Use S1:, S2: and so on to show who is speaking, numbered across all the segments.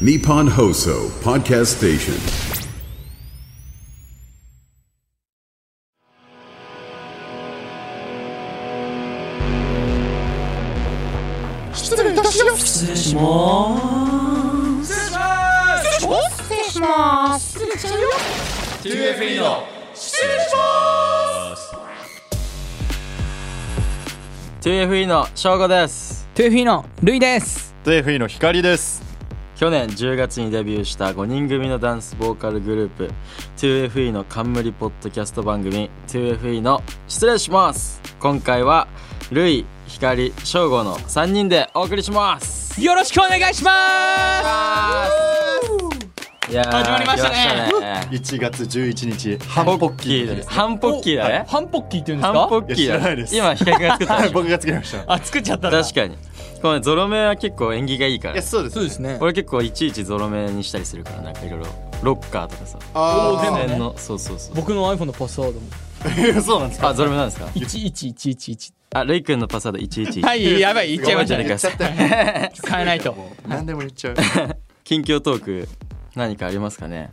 S1: Nippon Hoso Podcast Station.
S2: 失礼いたします失礼します失礼します失礼します失礼しちゃうよ
S3: TFE の
S4: TFE の翔吾です
S5: トゥーフィーのルイです。
S3: TFE の光です
S4: 去年10月にデビューした5人組のダンスボーカルグループ 2FE の冠ポッドキャスト番組 2FE の「失礼します」今回はルイ光翔吾の3人でお送りします
S5: よろしくお願いしま
S4: いやー
S5: 始まりましたね
S4: 来したね
S3: 1月11日ハンポッキーです
S4: ハンポッキーだね
S5: ハンポッキーって言うんです
S4: ハ
S5: か。
S4: ンポッキー
S3: いや知ら
S4: だ
S3: ない
S4: ね
S3: です
S4: 今光が作ったでしょ
S3: 僕が作りましたい
S5: あ、作っちゃったんだ。
S4: 確かにこのゾロ目は結構縁起がいいから
S3: やそうです
S5: そうですね。
S4: 俺結構いちいちゾロ目にしたりするからなんかいろいろロッカーとかさ
S3: あ
S5: ー
S4: 線のそうそうそう
S5: 僕の iPhone のパスワードも
S3: ー そうなんですか
S4: あゾロ目なんですか
S5: 一一一一一。
S4: あ、レイ君のパスワード111。
S5: はい、やばい、言っちゃいました
S4: ね
S5: ね。
S3: 言っちゃったよ
S5: 変えないと。
S3: 何でも言っちゃう
S4: 近況トーク、何かありますかね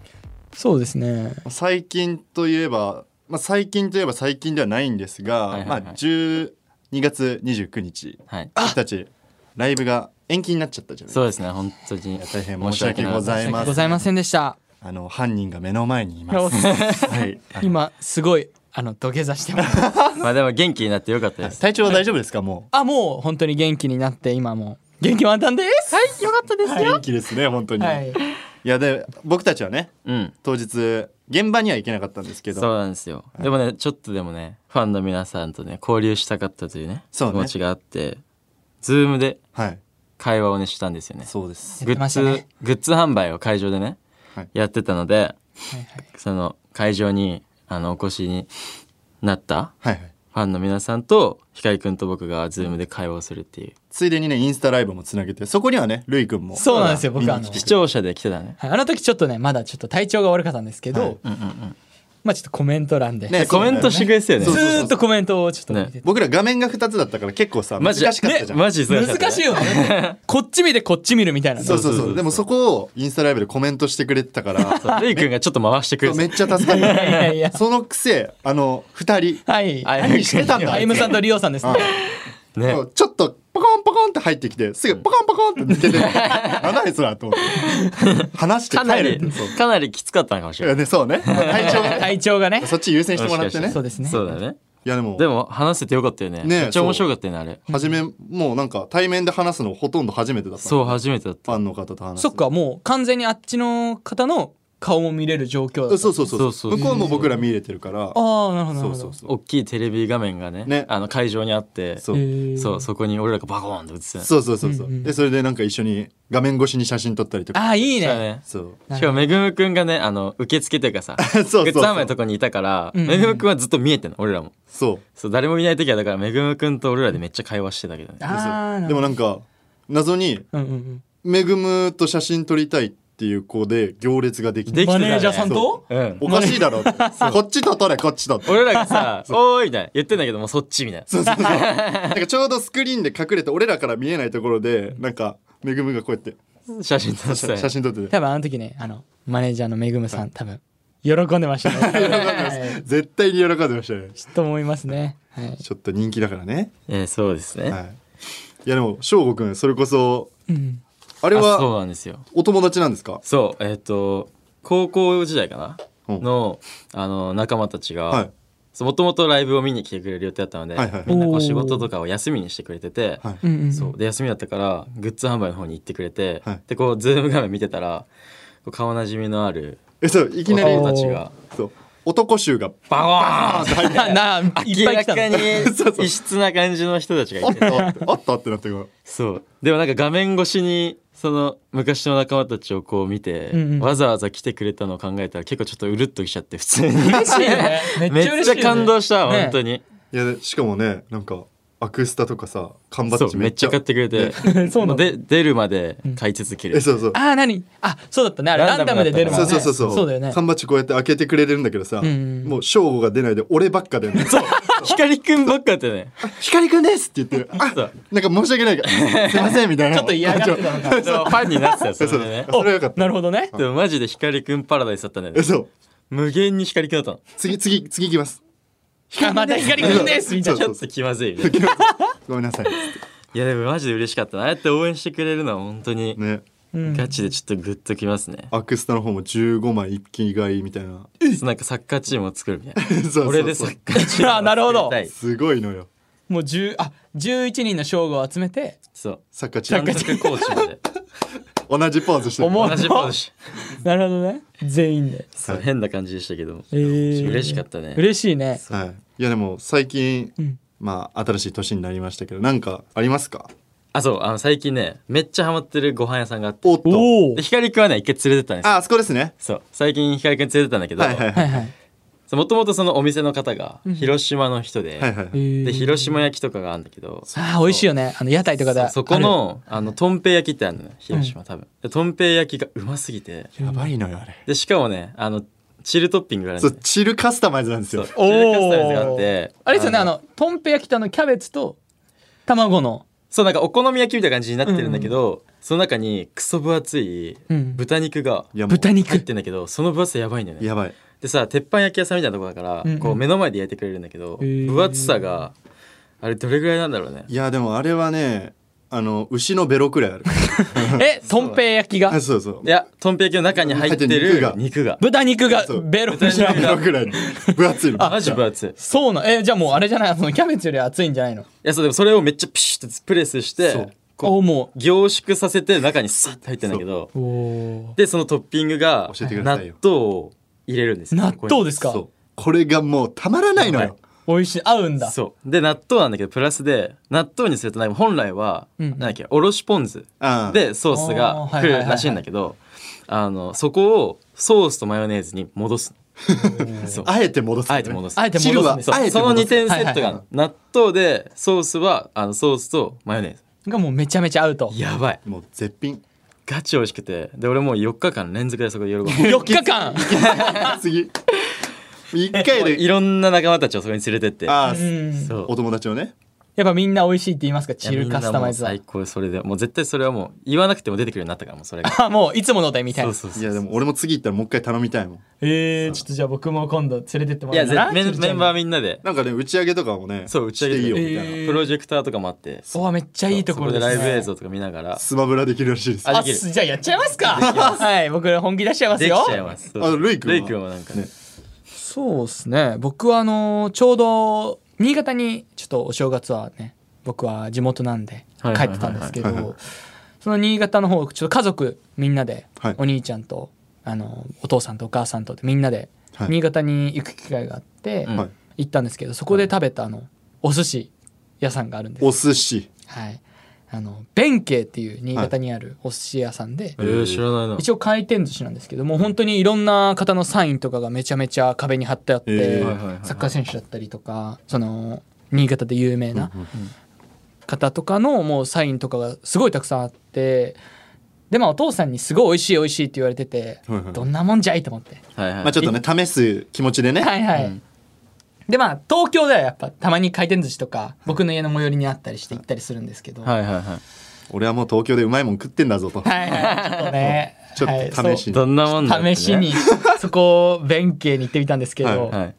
S5: そうですね。
S3: 最近といえばまあ最近といえば最近ではないんです
S4: はい
S3: が
S4: はい
S3: ま
S4: はい
S3: あ12月29日
S4: はい。
S3: 僕たちライブが延期になっちゃったじゃない
S4: そうですね、本当に。
S3: 大変申し訳
S4: か
S3: ご
S4: った
S3: ざいま
S5: ご
S3: せん
S5: ざいませんでした。
S3: あの犯人が目の前にいます はい
S5: 今すごいあの土下座してます。
S4: まあでも元気になってよかったです。
S3: 体調は大丈夫ですかも
S5: あ、もう本当に元気になって今もう元気満タンです。はい、よかったで
S3: う。元気ですね本当に
S5: はい。
S3: いやで僕たちはね
S4: うん。
S3: 当日現場には行けなかったんですけど
S4: そうなんですよ。でもね、ちょっとでもね、ファンの皆さんとね、交流したかったというね、気
S3: そうね
S4: 持ちがあって、ズームで
S3: はい
S4: 会話をね、したんですよね。
S3: そうです
S4: グ
S5: やってま
S4: ッ
S5: した
S4: ズ、
S5: ね
S4: グッズ販売を会場でね、
S3: はい
S4: やってたので、その会場に、あの、お越しになった
S3: はいはい
S4: ファンの皆さんと光くんと僕がズームで会話をするっていう
S3: ついでにねインスタライブもつなげてそこにはねるいくんも
S5: そうなんですよ、僕あの。
S4: 視聴者で来てたね
S5: はいあの時ちょっとね、まだちょっと体調が悪かったんですけど、
S3: はい
S5: まあちょっとコメント欄で、
S3: ね
S4: コメントしてくれてたよね
S3: そう
S5: ず
S3: そうそう
S5: ーっとコメントをちょっと見てて、
S3: 僕ら画面が2つだったから結構さ難
S4: マジ
S3: しかったじゃん、
S4: ねマジそうだったね
S5: 難しいよねこっち見てこっち見るみたいな
S3: そうそ
S4: そう
S3: う
S4: そう
S3: そ
S4: そう
S3: うでもそこをインスタライブでコメントしてくれてたから
S4: そうレイ君がちょっと回してくれ
S3: めってちゃ助か
S5: いやい
S3: っ
S5: や
S3: たそのくせあの2人
S5: はい
S4: あ
S3: 何してたんだ
S5: アイムさんとリオさんですね
S4: たね
S3: そうちょっとポコンポコンって入ってきてすぐポコンポコンって抜けて何だいそらと思って話して
S4: かな
S3: 帰る
S4: り
S3: そう
S4: かなりきつかったのかもし
S3: い
S4: れな
S3: や
S4: い
S3: ねそうね体調がね
S5: 体調がね
S3: そっち優先してもらってね
S4: もしかし
S5: そうですね
S4: そうだね
S3: いやでも
S4: でも話せてよかったよね
S3: ねえ
S4: めっちゃ面白かったよねあれ
S3: 初めもうなんか対面で話すのほとんど初めてだった
S4: そう
S3: フ
S4: 初めてだった
S3: ァンの方と話す
S5: そっかもう完全にあっちの方の顔も見れる状況だ
S3: そ
S5: った
S3: うそうそう
S4: そ
S3: そうう
S4: そう
S3: 向こうも僕ら見れてるから
S5: ああなるほどな
S3: そ
S5: る
S3: う
S5: ほど
S3: そうそう
S4: 大きいテレビ画面がね
S3: ね
S4: あの会場にあって
S3: そ
S4: そう
S5: へー
S4: うそこに俺らがバコーンと映ってたの
S3: そうそうそうそう
S5: うんうん
S3: でそれでなんか一緒に画面越しに写真撮ったりと
S5: あ
S3: か
S5: あいい
S4: そうだ
S5: ね
S4: ね
S3: そう
S5: なるほど
S4: しかもめぐむくんがねあの受付という かさ
S3: そうそうそう
S4: グッズ販売のとこにいたから
S5: うんうん
S4: めぐむくんはずっと見えてんの俺らも
S3: そう
S4: そう誰もいない時はだからめぐむくんと俺らでめっちゃ会話してたけどね
S5: あー
S3: そう
S5: なるほど
S3: でもなんか謎に
S5: うんうん
S3: めぐむと写真撮りたいっていう子で行列ができ
S4: でき
S3: て
S4: てたね
S5: マネージャーさんと
S4: うん
S3: おかしいだろ ってこっちと撮れこっちとって
S4: 俺らが さ「おーい」みたいな言ってんだけどもうそっちみたいな
S3: そうそうそうなんかちょうどスクリーンで隠れて俺らから見えないところでなんかめぐむがこうやって
S4: 写真撮ってたよ
S3: 写真撮ってて
S5: 多分あの時ねあのマネージャーのめぐむさん多分喜んでましたねはい
S3: 絶対に喜んでましたね
S5: きっと思いますねはい
S3: ちょっと人気だからね
S4: えーそうですね、
S3: はいいやでも翔吾くんそれこそ
S5: うん
S3: あれ
S4: あそう
S3: は
S4: なんですよ
S3: お友達なんですか
S4: そうえっ、と高校時代かな、
S3: うん
S4: のあの仲間たち
S3: は
S4: が
S3: い
S4: もともとライブを見に来てくれる予定だったので、
S3: はいはい
S4: みんなこう仕事とかを休みにしてくれてて、
S3: はい
S5: うんうん
S4: そうで休みだったからグッズ販売の方に行ってくれて、
S3: はい
S4: でこうズーム画面見てたらこう顔なじみのある
S3: えそういきなり
S4: 男たちが
S3: そう男衆が
S4: バ
S3: バーンって入っ
S5: なない
S4: 明
S5: っぱい
S4: ら
S5: 来た
S4: か
S5: の
S4: に 異質な感じの人たちがいて
S3: てあったあったってなってる
S4: そうでもなんか画面越しにその昔の仲間たちをこう見て、
S5: うんうん
S4: わざわざ来てくれたのを考えたら結構ちょっとうるっときちゃって普通に
S5: 嬉しいよねめっちゃ嬉しいよね
S4: めっちゃ感動したわ、
S5: ね
S4: 本当に
S3: いやでしかもねなんかアクスタとかさ缶バッ
S4: そう
S3: ジ
S4: め
S3: め
S4: っ
S3: っ
S4: ち
S3: ち
S4: ゃ
S3: ゃ
S4: 買ってくれて
S5: そうなんだ
S4: で出るまで買い続ける、
S3: えそうそう
S5: ああ何あそうだったねあれ
S4: ラ
S5: ラ
S4: ンダ
S5: ンダ
S4: ム
S5: ム
S4: だったか
S5: で
S4: ら
S5: 出るもん
S3: そう
S5: ね
S3: そうそうそう
S5: そうだよね
S3: 缶バッジこうやって開けてくれるんだけどさ、
S5: ん
S3: もう正吾が出ないで俺ばっかだよねそう
S4: 光くんばっかって ね
S3: 光くんですって言ってあ
S4: そう
S3: なんか申し訳ないからすいませんみたいな
S5: ちょっと嫌がってたのか
S4: そうファンになってたよそ
S3: そう
S4: れで
S3: そう
S4: ね
S3: それはよかった
S5: なるほどね
S4: でもマジで光くんパラダイスだったね
S3: えそう
S4: 無限に光くんだったの
S3: 次次次行きます
S5: あまた光くんですみたいな
S4: ち
S3: そ
S4: ょ
S3: う
S4: っ
S3: そ
S4: と
S3: う
S4: 気まずいよね
S3: ごめんなさい
S4: いやでもマジで嬉しかったなああやって応援してくれるのは本当に
S3: ね
S4: ガチでちょっとグッときますね、
S3: アクスタの方も15枚一気買いみたいな
S4: そうなんかサッカーチームを作るみたいな
S3: そうそうそう
S4: 俺でサッカーチームを作りたい
S5: あなるほど
S3: すごいのよ
S5: もう10あ11人の称号を集めて
S4: そう
S3: サッカーチ
S4: 監
S3: ーム
S4: 督コーチまで
S3: 同じポーズしてる
S5: 思う
S4: 同じポー ズ
S5: なるほどね全員で
S4: そう変な感じでしたけども、
S5: えー
S4: 嬉しかったね
S5: 嬉しいね
S3: はい、いやでも最近、まあ新しい年になりましたけどなんかありますか
S4: あそうあの最近ねめっちゃハマってるご飯屋さんがあって
S3: おっと
S5: おお
S4: で光くんはね一回連れてったんですよ
S3: ああそこですね
S4: そう最近光くん連れてったんだけど
S3: はいはいは
S5: は
S3: い
S5: いはい
S4: もともとそのお店の方が広島の人で,、
S3: はいはい
S4: で
S5: で
S4: 広島焼きとかがあるんだけど
S5: あー美味しいよねあの屋台とかで
S4: そそこのあのとんぺい焼きってあるのよ広島多分、でとんぺい焼きがうますぎて
S3: やばいのよあれ
S4: でしかもねあのチルトッピングがある
S3: そ
S4: の
S3: うチルカスタマイズなんです
S4: そう
S3: よ
S4: チルカスタムズがあって
S5: あれですよねあのとんぺ焼きとあのキャベツと卵の
S4: そうなんかお好み焼きみたいな感じになってるんだけど、その中にクソ分厚い
S5: うん
S4: 豚肉が
S3: いやもう
S5: 豚
S4: 入っ
S5: 肉
S4: てんだけどその分厚さやばいんだよね
S3: やばい
S4: でさ鉄板焼き屋さんみたいなとこだから、
S5: うんうん
S4: こう目の前で焼いてくれるんだけど、
S5: ー
S4: 分厚さがあれどれぐらいなんだろうね
S3: いやでもあれはねあの牛のベロくらいある
S5: えとんぺ焼きが
S3: あそうそう
S4: いやとんぺい焼きの中に入ってる
S3: 入ってる肉が
S4: 肉が
S5: 豚肉が
S3: そう
S5: ベロベ
S3: ベ
S5: ロ
S3: ロくらいの分厚いの
S4: マジ分厚いい
S5: そうなのえじゃあもうあれじゃないそのキャベツより厚いんじゃないの
S4: やそうでもそれをめっちゃピシッてプレスし
S3: そう
S4: てこ
S5: お
S4: う
S5: も
S4: 凝縮させて中にスッて入ってるんだけど
S5: うお
S4: でそのトッピングが
S3: 教えてくだ
S4: 納
S3: さいよ
S4: 豆を入れるんですよ
S5: 納豆ですか
S3: そうこれがもうたまらないの
S4: やば
S3: よ
S5: 美味しい合うんだ
S4: そうで納豆なんだけどプラスで納豆にするとなんか本来は、
S5: うん
S4: なんだっけおろしポン酢
S3: あ
S4: でソースが
S5: あーはい
S4: 来
S5: はいはい
S4: るらしいんだけどあのそこをソースとマヨネーズに戻すのそう
S3: あえて戻すの
S4: あ
S3: ね
S4: えて戻す
S5: あえて戻す
S3: 汁は
S4: そう
S3: あえて
S4: その
S3: 戻
S4: 2
S3: す
S4: 点セットがあるの、納豆でソースはあのソースとマヨネーズ
S5: がもうめちゃめちゃ合うと
S4: やばい
S3: もう絶品
S4: ガチ美味しくてで俺もう4日間連続でそこで夜ご 飯
S5: 4日間
S3: 次一回
S4: い
S3: で
S4: ろんな仲間たちをそこに連れてって
S3: あ
S5: う
S3: ー
S5: ん
S4: そう
S3: お友達をね
S5: やっぱみんな美味しいって言いますかチ
S4: いや
S5: ルカスタマイズ
S4: み
S5: は
S4: んなもう最高それでもう絶対それはもう言わなくても出てくるようになったからもうそれが
S5: あもういつものでみたい
S4: そ
S5: な
S4: うそうそう
S3: いやでも俺も次行ったらもう一回頼みたいもん
S5: えー、ちょっとじゃあ僕も今度連れてっても
S4: い
S5: ら
S4: や
S5: おうか
S4: ぜ
S5: な
S4: メンメンバー
S5: ー
S4: みんなで
S3: なんかね打ち上げとかもね
S4: そう打ち上げ
S3: して
S4: と
S3: いいよ
S4: か
S3: みたいな、
S5: えー
S4: プロジェクターとかもあって
S5: おわめっちゃいいところ
S4: そ
S5: です、ね、
S4: でライブ映像とか見ながら
S3: スマブラできるらしいです
S4: あ
S5: あ
S4: できる
S5: すじゃあやっちゃいますかはい僕ら本気出しちゃいます
S4: でき
S5: よ
S4: ちゃいますそう
S3: あルイ君は
S4: ルイ君はなんかね
S3: ね
S5: そうですね僕はあのちょうど新潟にちょっとお正月はね僕は地元なんで
S4: はいは
S5: 帰
S4: いはいはい
S5: ってたんですけ
S3: はいはい
S5: どその新潟の方ちょっと家族みんなで、
S3: はい
S5: お兄ちゃんとあのお父さんとお母さんとでみんなで
S3: はい
S5: 新潟に行く機会があって、
S4: うん
S3: はい
S5: 行ったんですけどそこで食べたあのお寿司屋さんがあるんです
S3: お寿司
S5: はいあの弁慶っていう新潟にあるお寿司屋さんで、
S4: えー知らないな
S5: 一応回転寿司なんですけども本当にいろんな方のサインとかがめちゃめちゃ壁に貼ってあって、
S3: えー
S4: はいはいはいはい
S5: サッカー選手だったりとかその新潟で有名な方とかのもうサインとかがすごいたくさんあってでまあお父さんにすごい美味しい美味しいって言われてて、
S3: はいはい
S5: どんなもんじゃいと思って
S4: はいはい
S3: まあちょっとね試す気持ちでね、
S5: はいはい、でまあ東京ではやっぱたまに回転寿司とか僕の家の最寄りにあったりして行ったりするんですけど、
S4: はいはいは
S3: 俺はもう東京でうまいもん食ってんだぞと、
S5: はいはいちょっとね
S3: ちょ
S5: はい
S3: っと試し
S4: い
S3: に、
S4: どんなもんだってね
S5: 試 しにそこを弁慶に行ってみたんですけど、
S4: はい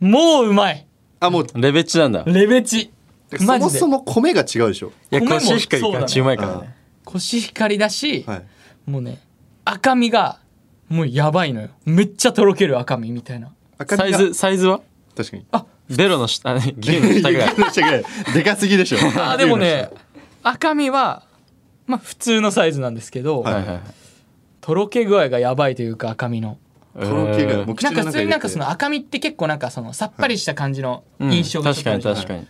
S5: もううまい
S3: あもう
S4: レベチなんだ
S5: レベチ
S3: そ
S5: マ
S3: も
S5: ジで
S3: そも米が違うでしょ
S4: いや
S5: 米も
S4: コシヒカリ
S5: そうだ
S4: ガ
S5: ね
S4: チうまいからね
S5: コシヒカリだし、
S3: はい
S5: もうね赤身がもうやばいのよめっちゃとろける赤身みたいな
S3: 赤
S4: サ
S3: 身
S4: イ
S3: が
S4: ズサイズは
S3: 確かに
S4: ベロの下 あ牛の下ぐらい
S3: 下ぐらい でかすぎでしょ
S5: あでもね赤身はまあ普通のサイズなんですけど、
S3: はい
S4: はいはい
S5: とろけ具合がやばいというか赤身の
S3: とろけがもう口
S5: なんか普
S3: の中に入れ
S5: 通
S3: て
S5: になんかその赤身って結構なんかそのさっぱりした感じの
S4: うん
S5: 印象がちょ
S4: 確
S5: っと
S4: か
S5: ある
S4: に
S5: じゃない
S4: 確かに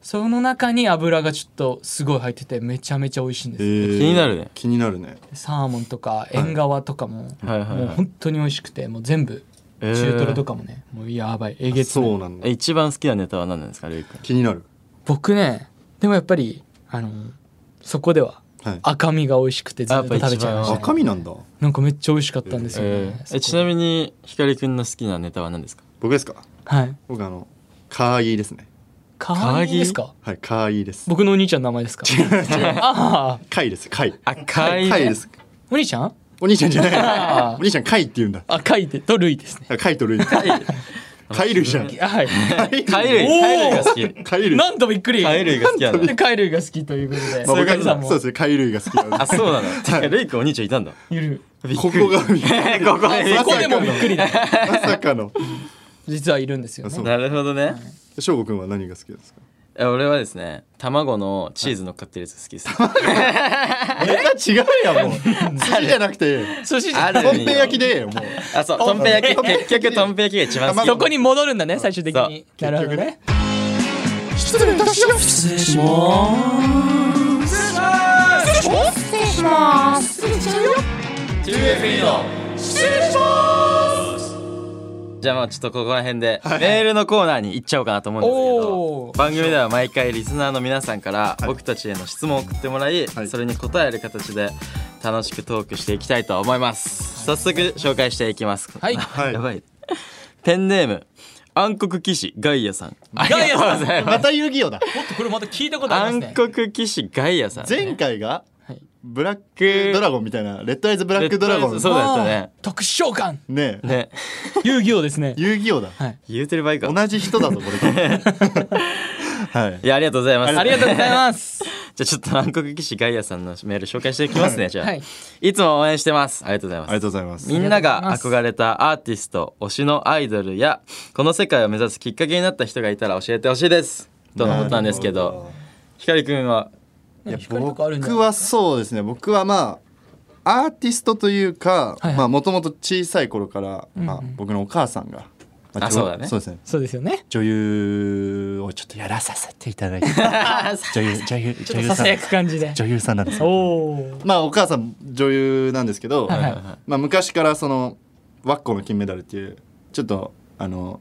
S5: その中に油がちょっとすごい入っててめちゃめちゃ美味しいんです
S3: え
S5: よ、
S3: ー
S4: 気になるね
S3: 気になるね
S5: サーモンとか縁側とかも、
S4: はいはいはい
S5: もう本当に美味しくてもう全部
S4: えー
S5: 中トロとかもね、もうやばいえげつない
S3: そうなんだ
S4: え一番好きなネタは何なんですかルイ君
S3: 気になる
S5: 僕ねでもやっぱりあのそこでは
S3: はい
S5: 赤身が美味しくてずっと食べちゃいま
S4: あ
S5: した、
S3: 赤身なんだ
S5: なんかめっちゃ美味しかったんですよね、
S4: えーえ
S5: そ
S4: ち
S5: こ
S4: なみに光くんの好きなネタは何ですか
S3: 僕ですか
S5: はい
S3: 僕あのカーギーですね
S5: カーギーですか
S3: はいカーギーです
S5: 僕のお兄ちゃんの名前ですかああ
S3: カイですカイ
S4: 赤い、
S3: カイです
S5: お兄ちゃん
S3: お兄ちゃんじゃ
S5: あ
S3: な
S5: ー
S3: いお兄ちゃんカイって言うんだ
S5: 赤いでとルイですね
S3: カイとルイカイ類じゃん
S5: はい
S4: 貝類
S5: おー
S4: 貝類が好き
S3: カイ類
S5: なんとびっくり
S4: 貝類が好きなんだ
S5: で貝類が好きということで
S3: まあ
S4: そういう感
S3: 僕
S4: じだ
S3: は
S4: もん
S3: そうですねカイ類が好きなん
S4: あ
S3: で
S4: そうなのてかルイくんお兄ちゃんいたん だ
S5: ゆる
S3: ここが
S4: ここでびっ
S5: こ
S4: く
S5: こ
S4: り
S5: でもびっくりだ
S3: まさかの
S5: 実はいるんですよ
S3: そう
S5: ね
S4: なるほどね
S3: 翔吾くんは何が好きですか
S4: え俺はですね卵のチーズ乗っかってるやつ好きです
S3: 違うやもう好きじゃなくて
S5: 寿司じ
S4: あ
S5: ゃ
S4: る
S3: とんぺん焼きでもう
S4: あそうとんぺん焼き結局とんぺん焼きが一番好き
S5: そこに戻るんだね最終的になるほどね
S2: 失礼いたします失礼します失礼します失礼します失礼します
S4: 2FE のじゃあまあちょっとここら辺でメールのコーナーに行っちゃおうかなと思うんですけど
S5: おー
S4: 番組では毎回リスナーの皆さんから僕たちへの質問を送ってもらい
S3: はい
S4: それに答える形で楽しくトークしていきたいと思います早速紹介していきます
S5: はい
S3: は い
S4: やばいペンネーム暗黒騎士ガイアさん あり
S5: ガイアさん
S4: がとうございます
S3: また遊戯王だ
S5: これまた聞いたことあり
S4: 暗
S5: ますね
S4: 黒騎士ガイアさん
S3: 前回が
S5: はい
S3: ブラックドラゴンみたいなレッドアイズブラックドラゴ
S4: レッドア
S3: ン
S4: イズそうだった
S5: あ
S4: ね
S5: ー特殊召喚
S3: ねえ
S4: ね
S5: 遊戯王ですね
S3: 遊戯王だ
S4: 言うてる場合か
S3: 同じ人だぞこ れはい
S4: いやありがとうございます
S5: ありがとうございます
S4: じゃあちょっと暗黒騎士ガイアさんのメール紹介していきますね。じゃあ、
S5: はいい、
S4: つも応援してます。ありがとうございま
S3: あ
S4: す。
S3: りがとうございます
S4: みんなが憧れたアーティスト、推しのアイドルや、この世界を目指すきっかけになった人がいたら教えてほしいです。とのことなんですけど、ひかりくんは、
S5: いや光とかあるんじゃ
S3: 僕
S5: ない
S3: はそうですね僕はまあアーティストというか
S5: はい
S3: まあもともと小さい頃から、まあ、僕のお母さんが、ま
S4: あそうだね
S3: そうですね
S5: そうですよね
S3: 女優をちょっとやらさせてい ただいて女優女優
S5: ちょ
S3: 女
S5: っとさ
S3: 優さ
S5: さ
S3: ん
S5: やく感じで
S3: 女優さんなんです
S5: お
S3: よ
S5: お
S3: まあお母さん女優なんですけど、
S5: はいはい
S3: まあ、昔からその「ワッコの金メダル」っていうちょっとあの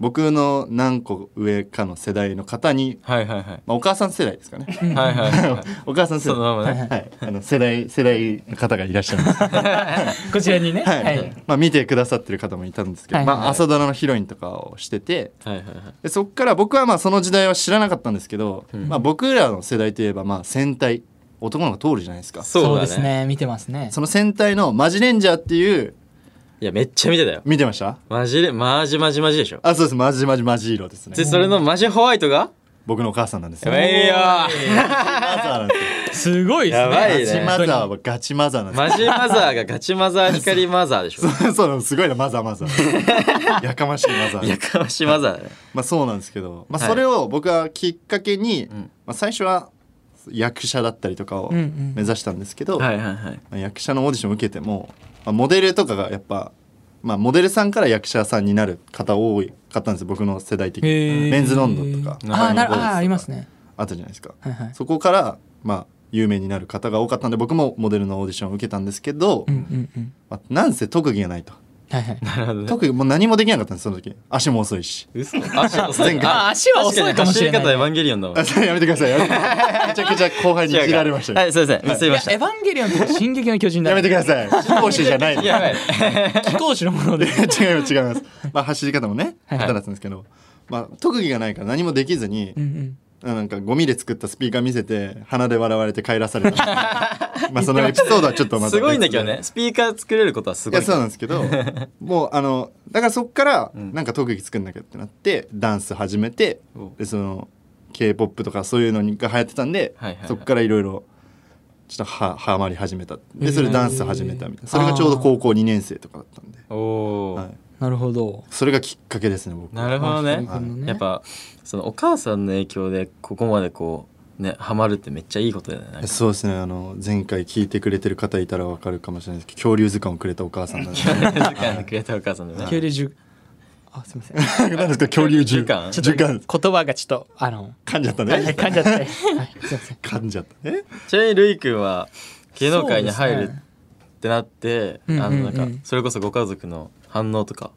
S3: 僕の何個上かの世代の方に、
S4: はいはいはい。
S3: まあ、お母さん世代ですかね
S4: はいはいはい。
S3: お母さん世
S4: そ
S3: 代
S4: のままね。
S3: はい、あの世代世代の方がいらっしゃるん です、は
S5: こちらにね
S3: い
S5: はい
S3: まあ、見てくださってる方もいたんですけど、
S5: はい
S3: まあ、朝ドラのヒロインとかをしてて
S4: はいはいはい。
S3: でそっから僕はまあその時代は知らなかったんですけど、まあ、僕らの世代といえばまあ戦隊男の子が通るじゃないですか
S4: そ
S3: そ
S4: う
S5: そう
S4: だね。
S5: ですね見てますね
S3: の戦隊のマジレンジャーっていう
S4: いや、めっちゃ見てたよ。
S3: 見てました
S4: マジで、マジマジマジでしょ。
S3: あそうですマジマジマジ色ですね
S4: で、それのマジホワイトが
S3: 僕のお母さんなんです
S4: や
S3: よ
S4: ばいよ
S3: マザーなんですよ
S5: すごいです
S4: やばい
S5: ね
S4: ね
S3: ガチマザーはガチマザーなんですよ
S4: マジマザーがガチマザー光マザーでしょ。
S3: そうなのすごいなマザーマ ザーやかましいマザー
S4: やかましマザーだね。
S3: まあそうなんですけど、まあ、
S4: はい
S3: それを僕はきっかけに、
S4: ん
S3: まあ、最初は役者だったりとかを
S5: うんう
S3: 目
S5: ん
S3: 指したんですけど、
S4: はいはいはい。
S3: まあ役者のオーディションを受けても、まあ、モデルとかがやっぱ、まあ、モデルさんから役者さんになる方多い方なんですよ僕の世代的にメンズロンドンとか
S5: ああーなる
S3: ボーイズと
S5: あ
S3: か
S5: ーありますね
S3: あったじゃないですか、
S5: はいはい
S3: そこからまあ有名になる方が多かったんで僕もモデルのオーディションを受けたんですけど、
S5: うんうんうん
S3: まあ、なんせ特技がないと
S5: はい はい
S4: なるほどね。
S3: 特技もう何もできなかったんですその時足も遅いし
S4: 嘘足遅い。
S3: 前回
S5: あ足は遅いかもしれない
S4: 走り方エヴァンゲリオンだもん。
S3: あ やめてくださいやめて めちゃくちゃ後輩にいじられましたよ
S4: はい、すいません。すい
S5: い
S4: ま
S5: や
S4: し
S5: エ
S4: た。
S5: ヴァンゲリオンとか進撃の巨人だ
S3: やめてくだ さい。講師じゃない。違い
S4: やばい。
S5: 気候士のもの で
S3: ます 違います。まあ走り方もね、
S5: はい
S3: 下手だったんですけど、まあ特技がないから何もできずに
S5: う、ん
S3: なんかゴミで作ったスピーカー見せて鼻で笑われて帰ら された。まあそのエピソードはちょっとまた
S4: すごいんだけど
S3: 別
S4: ね
S3: で。。
S4: スピーカー作れることはす
S3: い
S4: ごい。
S3: やそうなんです けど、もうあのだからそっからなんか特技作んなきゃってなってダンス始めて
S4: お、
S3: でその K-POP とかそういうのが流行ってたんで
S4: はいはいはい、
S3: そっからいろいろ。ちょっとははまり始めたでそ
S5: へ
S3: れ
S5: ー
S3: ダンス始めたみたいなそれがちょうど高校2年生とかだったんで、
S4: お
S3: は
S4: お
S3: い。、
S5: うんなるほど
S3: それがきっかけですね僕
S4: なるほどね
S5: 光くんの。ね
S4: やっぱ、そのお母さんの影響で、ここまでこう、ね、ハマるってめっちゃいいことだよね。なんか
S3: そうですねあの前回聞いてくれてる方いたらわかるかもしれないですけど恐竜図鑑をくれたお母さんなんで
S4: 時間くれたお母さんだね。
S5: 恐竜獣あすみま せん
S3: 何ですか恐 竜図
S4: 図鑑
S3: 図鑑
S5: 言葉がちょっとあの
S3: 噛んじゃった
S5: はいはい
S3: ね
S5: 噛んじゃ ってはいすいません
S3: 噛んじゃったね
S4: ちなみに、るいくんは、芸能界に入
S5: そう
S4: る
S5: ですね
S4: ってなって、あ
S5: うんうんうん
S4: の、なんか、それこそご家族の反応とか。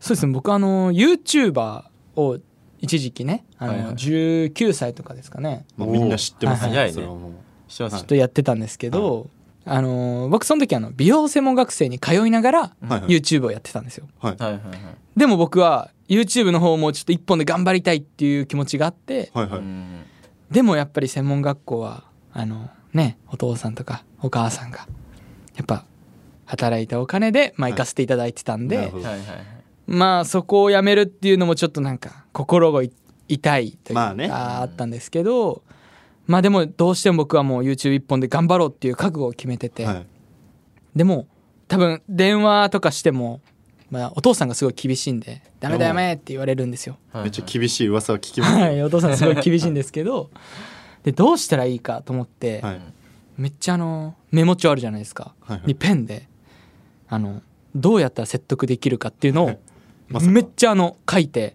S5: そうですね僕あの YouTuber を一時期ねあの、
S4: はいはい
S5: 19歳とかですかね
S3: まあ、みんな知ってます
S5: おー
S4: 早いね
S3: それはもう
S4: してます
S5: ちょっとやってたんですけど、あのー僕その時あの美容専門学生に通いながら
S3: はいはい
S5: YouTube をやってたんですよ、
S3: はい
S4: はいはいはい
S5: でも僕は YouTube の方もちょっと一本で頑張りたいっていう気持ちがあって、
S3: はいは
S4: う
S3: い
S4: ん
S5: でもやっぱり専門学校はあのねお父さんとかお母さんがやっぱ働いたお金でまあ
S3: はい
S5: 行かせていただいてたんで、
S3: なるほど
S4: はいはいはい
S5: まあそこをやめるっていうのもちょっとなんか心がい痛いというか、
S3: まあね
S5: あったんですけどまあでもどうしても僕はもう YouTube 一本で頑張ろうっていう覚悟を決めてて、
S3: はい
S5: でも多分電話とかしても、まあ、お父さんがすごい厳しいんで「ダメだダメ」って言われるんですよ。
S4: はい
S3: めっちゃ厳しい噂は聞きます よ
S5: はい、お父さんすごい厳しいんですけどでどうしたらいいかと思って、
S3: はい
S5: めっちゃあのメモ帳あるじゃないですか、
S3: はいはい
S5: にペンであのどうやったら説得できるかっていうのを、
S3: まさか
S5: めっちゃあの書いて、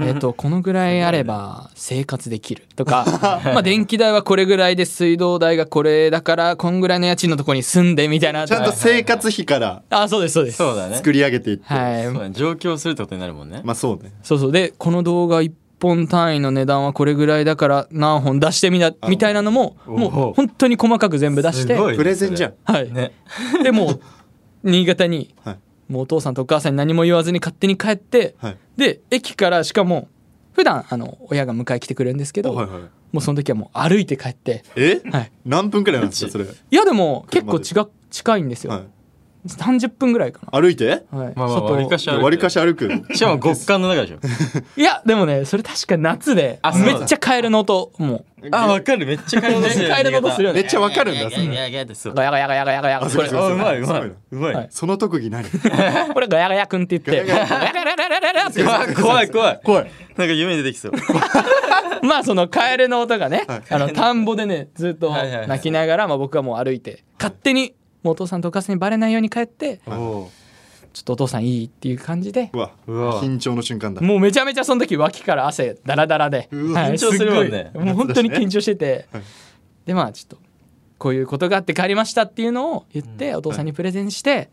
S5: えっとこのぐらいあれば生活できるとか まあ電気代はこれぐらいで水道代がこれだからこんぐらいの家賃のとこに住んでみたいな
S3: ちゃんと生活費から
S5: あそうですそうです
S4: そうだね
S3: 作り上げていって、
S5: はい
S4: そうだね上京するってことになるもんね
S3: まあそうね
S5: そうそうでこの動画1本単位の値段はこれぐらいだから何本出してみなみたいなのも
S4: お
S5: もう本当に細かく全部出して
S4: すごい
S3: プレゼンじゃん
S5: はい、
S4: ね
S5: でもう新潟に
S3: はい
S5: もうお父さんとお母さんに何も言わずに勝手に帰って、
S3: はい
S5: で駅からしかも普段あの親が迎え来てくれるんですけど、
S3: はいはい
S5: もうその時はもう歩いて帰って、
S3: え
S5: はい、
S3: 何分くらいなんですかそれ
S5: いやでも結構
S3: 車
S5: 近
S3: で
S5: 近いんですよ、
S3: はい
S5: 30分ぐらいか
S3: 歩いて
S5: な、はい
S4: まあまあ
S5: 外を
S4: 割かし歩いて
S3: 割りかし歩く
S4: しかも極寒の中でしょ
S5: いやでもねそれ確か夏で
S4: あそう
S5: めっちゃカエルの音もう
S4: あわかるめっちゃ感じ
S5: カエルの音するよね
S3: めっちゃわかるんだ
S4: ガ
S3: それ
S4: ヤガヤガヤってそう
S5: ガヤガヤガヤガヤガヤ
S3: あ
S5: これ
S3: そう
S4: あうまいうまいうまい、
S5: はい
S3: その特技何
S5: これガヤガヤくんって言ってガヤガヤガヤガヤガヤって
S4: あ怖い怖い怖いなんか夢に出てきそう
S5: まあそのカエルの音がね、あの田んぼでねずっと
S4: はいはいはい
S5: 泣きながら、まあ、僕はもう歩いて勝手にもうお父さんとお母さんにバレないように帰って
S4: おお
S5: ちょっとお父さんいいっていう感じで
S3: うわ
S4: うわ
S3: 緊張の瞬間だ
S5: もうめちゃめちゃその時脇から汗ダラダラで、
S3: うわ
S5: はい
S4: 緊張するもんね
S5: すっごいもう本当に緊張してて、でまあちょっとこういうことがあって帰りましたっていうのを言って、お父さんにプレゼンして、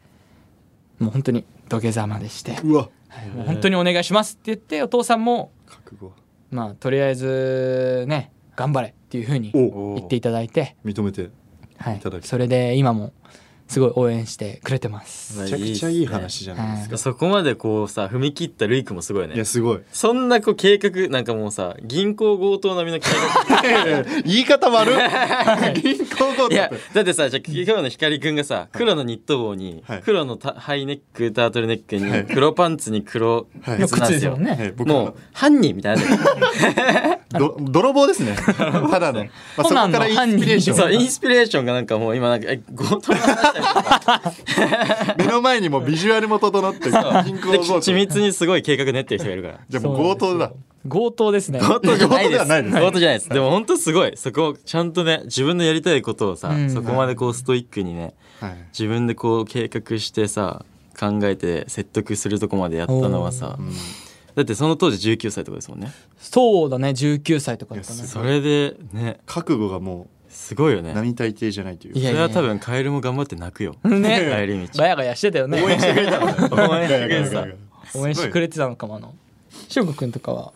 S5: もう本当に土下座までして、
S3: うわ
S5: もう本当にお願いしますって言ってお父さんも
S3: 覚悟
S5: まあとりあえずね頑張れっていうふうに
S3: お
S5: 言っていただいて、
S3: 認めて
S5: はい
S3: いただ、き
S5: それで今もすごい応援してくれてます。
S3: めちゃくちゃいい話じゃないですか
S5: は
S4: そこまでこうさ踏み切ったルイ君もすごい
S3: い
S4: ね
S3: やすごい
S4: そんなこう計画なんかもうさ銀行強盗並みの計画
S3: 言い方悪い銀行強盗っ
S4: いや
S3: て
S4: だってさじゃあ今日の光くんがさ黒のニット帽に
S3: はい
S4: 黒のタハイネックタートルネック
S3: はい
S4: に黒パンツに黒
S3: はい
S4: 靴なんですよ、
S5: 靴ですもんね
S3: はい僕
S4: も
S3: も
S4: う犯人みたいな
S3: ど泥棒で すねただのまあそこ
S5: コナンの
S3: からインスピレーシ
S4: そう
S3: ョン
S4: インスピレーションがなんかもう今なんかえ強盗の話だよ
S3: 目の前にもうビジュアルも整って銀行
S4: で
S3: 強盗
S4: 緻密にすごい計画練ってる人がいるから
S3: じゃあもう強盗だ
S5: そうなんですよ。強盗 ですね。
S4: 強盗じゃないで
S3: 強盗ではないで
S4: す
S3: す
S4: 強盗じゃないですでも本当すごいそこをちゃんとね自分のやりたいことをさ、
S5: うん
S4: そこまでこうストイックにね
S3: はい
S4: 自分でこう計画してさ考えて説得するとこまでやったのはさ、だってその当時19歳とかですもんね
S5: そうだね、19歳とかだった
S3: いや
S5: ね。
S4: それでね
S3: 覚悟がも
S4: すごいよ
S3: う
S4: ね
S3: 並大抵じゃないという
S5: い
S3: か
S5: や
S4: それは多分カエルも頑張って泣くよ、
S5: ね
S4: 帰り道
S5: ガヤガヤしてたよね。応援してくれ
S4: 応援してくれてた
S5: た。応援してくれてたのかもあの。しょうこくんとかは。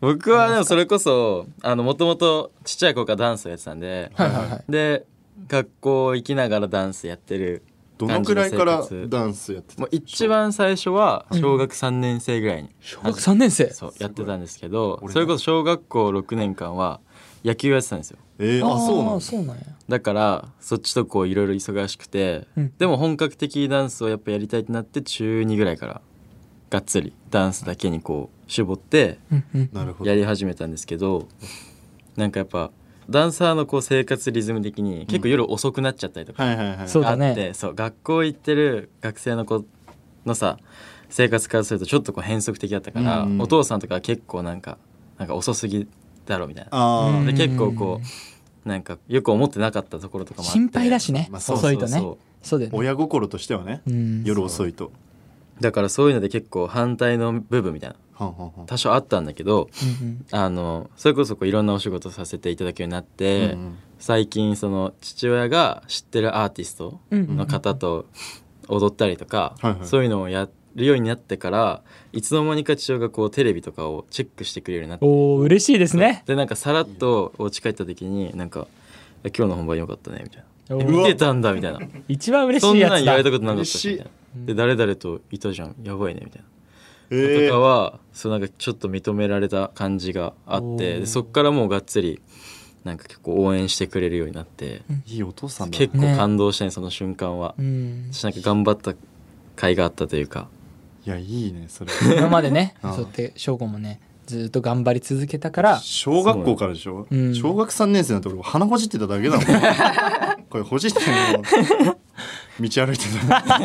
S4: 僕はでもそれこそあのもともとちっちゃい子からダンスをやってたんで、
S5: はいはいはい。
S4: で学校行きながらダンスやってる
S3: どのくらいから
S4: 感じの生活
S3: ダンスやってた
S4: もう一番最初は小学3年生ぐらいに、
S5: 小学3年生。
S4: そうやってたんですけどそれこそ小学校6年間は野球やってたんですよ
S3: えー、あそうな
S5: ー
S3: んです
S5: そうなんや。
S4: だからそっちとこういろいろ忙しくて、
S5: うん
S4: でも本格的にダンスをやっぱやりたいってなって中2ぐらいからがっつりダンスだけにこう絞って
S5: うんうん。
S3: なるほど
S4: やり始めたんですけどなんかやっぱダンサーのこう生活リズム的に結構夜遅くなっちゃったりとか
S3: はいはいはい
S5: そう
S4: あ
S5: だ
S4: って、
S5: ね
S4: そう学校行ってる学生の子のさ生活からするとちょっとこう変則的だったから、
S3: うん
S4: お父さんとかは結構なんかなんか遅すぎだろみたいな。
S3: あー
S5: うん
S4: で結構こうなんかよく思ってなかったところとかもあって
S5: 心配だしね、
S3: まあそう
S5: 遅いとね
S4: そうそう。
S5: そうだよね。
S3: 親心としてはね、
S5: うん
S3: 夜遅いと
S4: だからそういうので結構反対の部分みたいな
S3: はんはんはん
S4: 多少あったんだけど
S5: うんうん
S4: あのそれこそこういろんなお仕事させていただくようになって、
S3: うんうん
S4: 最近その父親が知ってるアーティストの方と踊ったりとか、
S3: はいはい
S4: そういうのをやるようになってからいつの間にか父親がこうテレビとかをチェックしてくれるようになって
S5: おお嬉しいですね
S4: でなんかさらっとお家帰った時になんか「え今日の本番良かったね」みたいな「
S5: お
S4: え
S5: ー
S4: 見てたんだ」みたいな
S5: 一
S4: 「
S5: 番嬉
S4: そ
S5: し
S4: ん
S5: い
S4: なん
S5: やつ
S4: 言わ
S5: だ
S4: れたことなかったし」みたいなで誰々といたじゃんやばいね」みたいなとかはそうなんかちょっと認められた感じがあっ
S5: お
S4: て
S5: ー
S4: でそっからもうがっつりなんか結構応援してくれるようになって
S3: いいお父さんだ
S4: 結
S5: ね
S4: 構感動したねその瞬間は
S5: うん
S4: 私なんか頑張った甲斐があったというか
S3: いやいいねそれ
S5: 今までね そ
S3: ああ
S5: うやって翔吾もねずっと頑張り続けたから
S3: 小学校からでしょ、
S5: うん
S3: 小学3年生なんて俺鼻ほじってただ けだもんこれほじってもう道歩いてた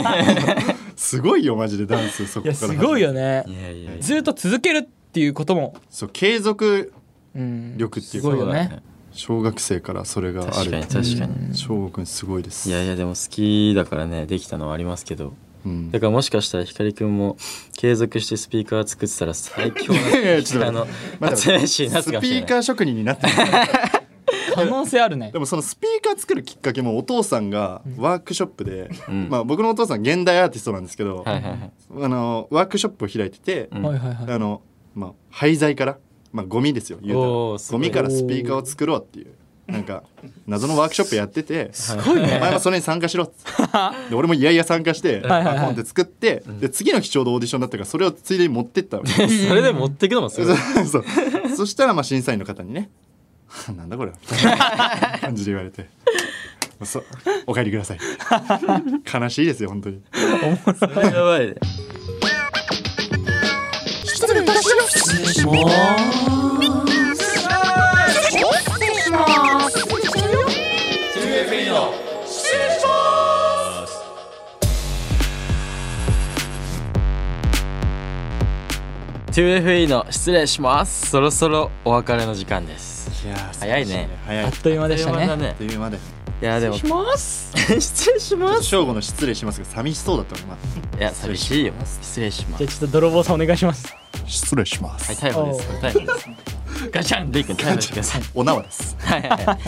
S3: すごいよマジでダンスそこ
S5: い
S3: から
S5: やすごいよね
S4: いやいやいや
S5: ずっと続けるっていうことも、
S3: そう継続
S5: うん、
S3: 力っていう
S5: すご
S3: か
S5: いよね
S3: 小学生からそれがあ
S4: 確
S3: る
S4: かに確かに
S3: 小学君すごいです
S4: いやいやでも好きだからねできたのはありますけど
S3: うん
S4: だからもしかしたら光くんも継続してスピーカー作ってたら最強な
S3: いやいやちょっと
S4: あの
S3: まだ
S4: 発明士にな
S3: ス
S4: つ
S3: ピ
S4: かもしれ
S3: ーカ
S4: ない
S3: ー職人になってる
S5: 可能性あるね
S3: でもそのスピーカー作るきっかけもお父さんがワークショップで、
S4: ん
S3: まあ、僕のお父さん現代アーティストなんですけど、
S4: はいはいはい
S3: あのワークショップを開いてて、
S4: うん
S5: はいはいはい
S3: あの、まあ、廃材から、まあ、ゴミですよ言うたら
S4: おーすご
S3: ゴ
S4: い
S3: ミからスピーカーを作ろうっていうなんか謎のワークショップやってて
S4: すごいね
S3: お前もそれに参加しろっつってで俺もいやいや参加して
S5: はいはい
S3: ポンって作ってで次の日ちょうどオーディションだったからそれをついでに持ってったのそ
S4: それで持ってくのもすごい
S3: う そしたらまあ審査員の方にね 「なんだこれは」みたいな感じで言われて。そうお帰りください悲しいですよ本当に
S4: そ れやばいね
S2: 失礼いたします。
S4: 2FE の失礼しますそろそろお別れの時間です
S3: いやー
S4: 早いね
S3: 早い
S5: あ
S3: あ
S5: っという間でした
S4: あっという間だ
S5: ね
S4: ね
S3: っという間で
S4: いやでも
S5: します
S4: 失礼します
S3: 正午の失礼しますが寂しそうだったの今
S4: いや寂しいよ失礼しま
S5: じ
S4: す
S5: ゃあちょっと泥棒さんお願いします
S3: 失礼します
S4: はい逮捕です逮捕ですガチャンレイ君逮捕してください
S3: お縄です。
S4: はいはいはい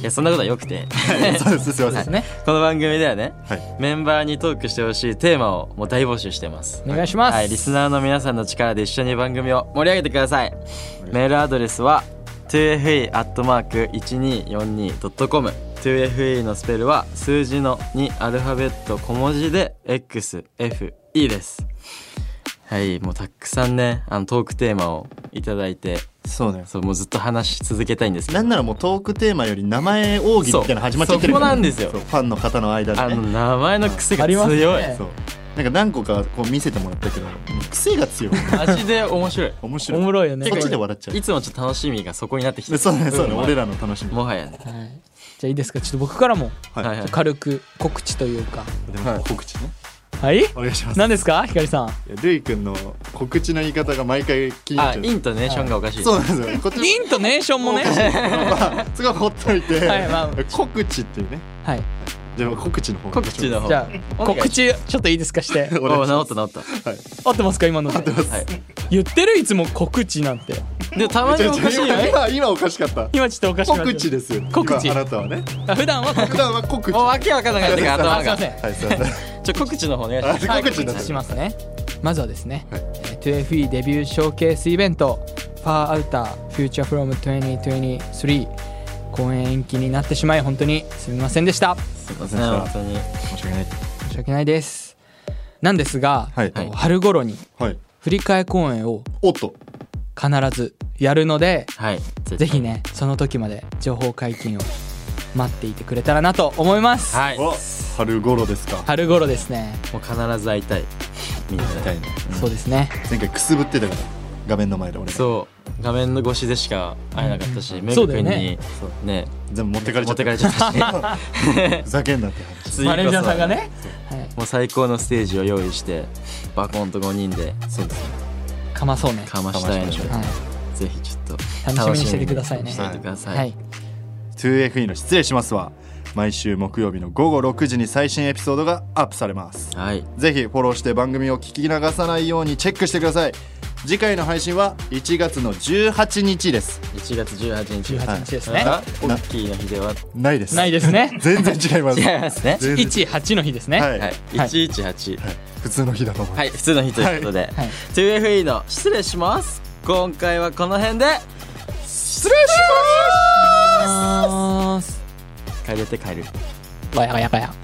S4: いやそんなことはよく て
S3: そうです、すいませ
S5: です
S3: ん。
S5: ね
S4: この番組ではね
S3: はい。
S4: メンバーにトークしてほしいテーマをもう大募集してます
S5: お願いします、
S4: はい、リスナーの皆さんの力で一緒に番組を盛り上げてくださいメールアドレスは 2fe.1242.com 2fe のスペルは数字の2アルファベット小文字で XFE ですはいもうたくさんねあのトークテーマをいただいて
S3: そうね。
S4: そうもうずっと話し続けたいんですけ
S3: な
S4: ど
S3: んならもうトークテーマより名前奥義みたいなの始まっちゃってる
S4: そうそこ
S3: から
S4: なんですよ
S3: そうファンの方の間
S4: あ
S3: で
S4: の
S3: ね。
S4: 名前の癖が
S5: ありますね
S4: 強い、
S3: そう。なんか何個かこう見せてもらったけど、もう癖が 強い。
S4: マジで面白い
S3: 面白
S5: お
S3: い。
S5: もろいよね
S3: そっ
S5: こ
S3: ち
S5: れ
S3: で笑っちゃ
S4: いつもちょっと楽しみがそこになってきて
S3: う。
S4: る
S3: そうね、そうね。
S4: ん
S3: 俺らの楽しみ。
S4: もはやね
S5: はいじゃあいいですかちょっと僕からも
S3: はい
S4: はいはい
S5: 軽く告知というか
S3: でも告知ね。
S5: はい
S3: お願いします。
S5: 何ですかひかりさん
S3: いやルイ君の告知の言い方が毎回気になっ
S4: あ
S3: ちゃう。
S4: イントネーションがおかしい
S3: そうなんですよ。こっち
S5: イントネーションもね
S3: まあそこはほっといて
S5: はいまあ、
S3: 告知っていうね。
S5: はい
S3: じゃあ告知の方。
S4: 告知の。方
S5: じゃあ
S4: お願いします
S5: 告知ちょっといいですかして
S3: お願いし
S4: お
S3: ます
S4: 治った治った
S5: 合ってますか今の合ってます
S4: はい
S5: 言ってるいつも告知なんて
S4: でもたまにおかしいよね
S3: 今今おかしかった。
S5: 今ちょっとおかしくなっ
S3: 告
S5: てる
S3: 知ですよ。
S5: 告知
S3: 今あなたはね。
S5: あ普段は告
S3: 普段は告知。
S4: もうわけわかんなくなってから頭が
S5: あすいません
S3: はい、すいません。
S4: ちょ告知の方お願いし
S3: あ
S4: ます
S5: はい
S3: 告知になっ
S5: し
S3: ちゃ
S5: ますねまずはですね、
S3: はい
S5: えー 2FE デビューショーケースイベント「ファーアウターフューチャーフロム2023」公演延期になってしまい本当にすみませんでした
S4: すいません本当に
S3: 申し訳ない。
S5: 申し訳ないですなんですが、
S3: はい
S5: えっと春頃に
S3: はい。
S5: 振り替え公演を
S3: おっと。
S5: 必ずやるので
S4: はい
S5: ぜひねその時まで情報解禁を待っていてくれたらなと思います、
S4: はいも
S3: お
S4: う
S3: 春頃ですか。
S5: 春頃ですね、
S4: 必ず会いたいみんな
S3: み
S4: で
S3: たいな。
S5: そうですね
S3: 前回くすぶってたから。画面の前で俺。
S4: そう画面の越しでしか会えなかったしメ
S5: そう
S4: グ
S5: だよ
S4: 君
S5: ね
S4: にね
S3: 全部持ってかれち
S4: 持
S3: ゃ
S4: っかれ
S3: ってた。
S4: ちゃったし
S3: ふざけんなって
S4: 次こ
S3: 話。
S4: そ
S5: マネージャーさんがね
S4: もう最高のステージを用意してバコンと5人で
S3: そうです。
S5: かまそうね
S4: かましたいので
S5: はい
S4: ぜひちょっと
S5: 楽しみにしててくださいね
S4: 楽しみにしててください
S5: はい
S3: 2FE の失礼しますは毎週木曜日の午後6時に最新エピソードがアップされます
S4: はい
S3: ぜひフォローして番組を聞き流さないようにチェックしてください次回の配信は1月の18日です
S4: 1月18日
S5: 18日ですね、
S4: あオッキーの日では
S3: ないです
S5: ないですね
S3: 全然違いま す
S4: 違いますね
S3: 全然
S5: 18の日ですね、
S3: は
S4: はいい、118
S3: はい普通の日だと思います、
S4: はい、普通の日ということで、
S5: はい
S4: 2FE の失礼します今回はこの辺で
S5: 失礼します
S4: 帰れて帰る
S5: ガヤガヤガヤ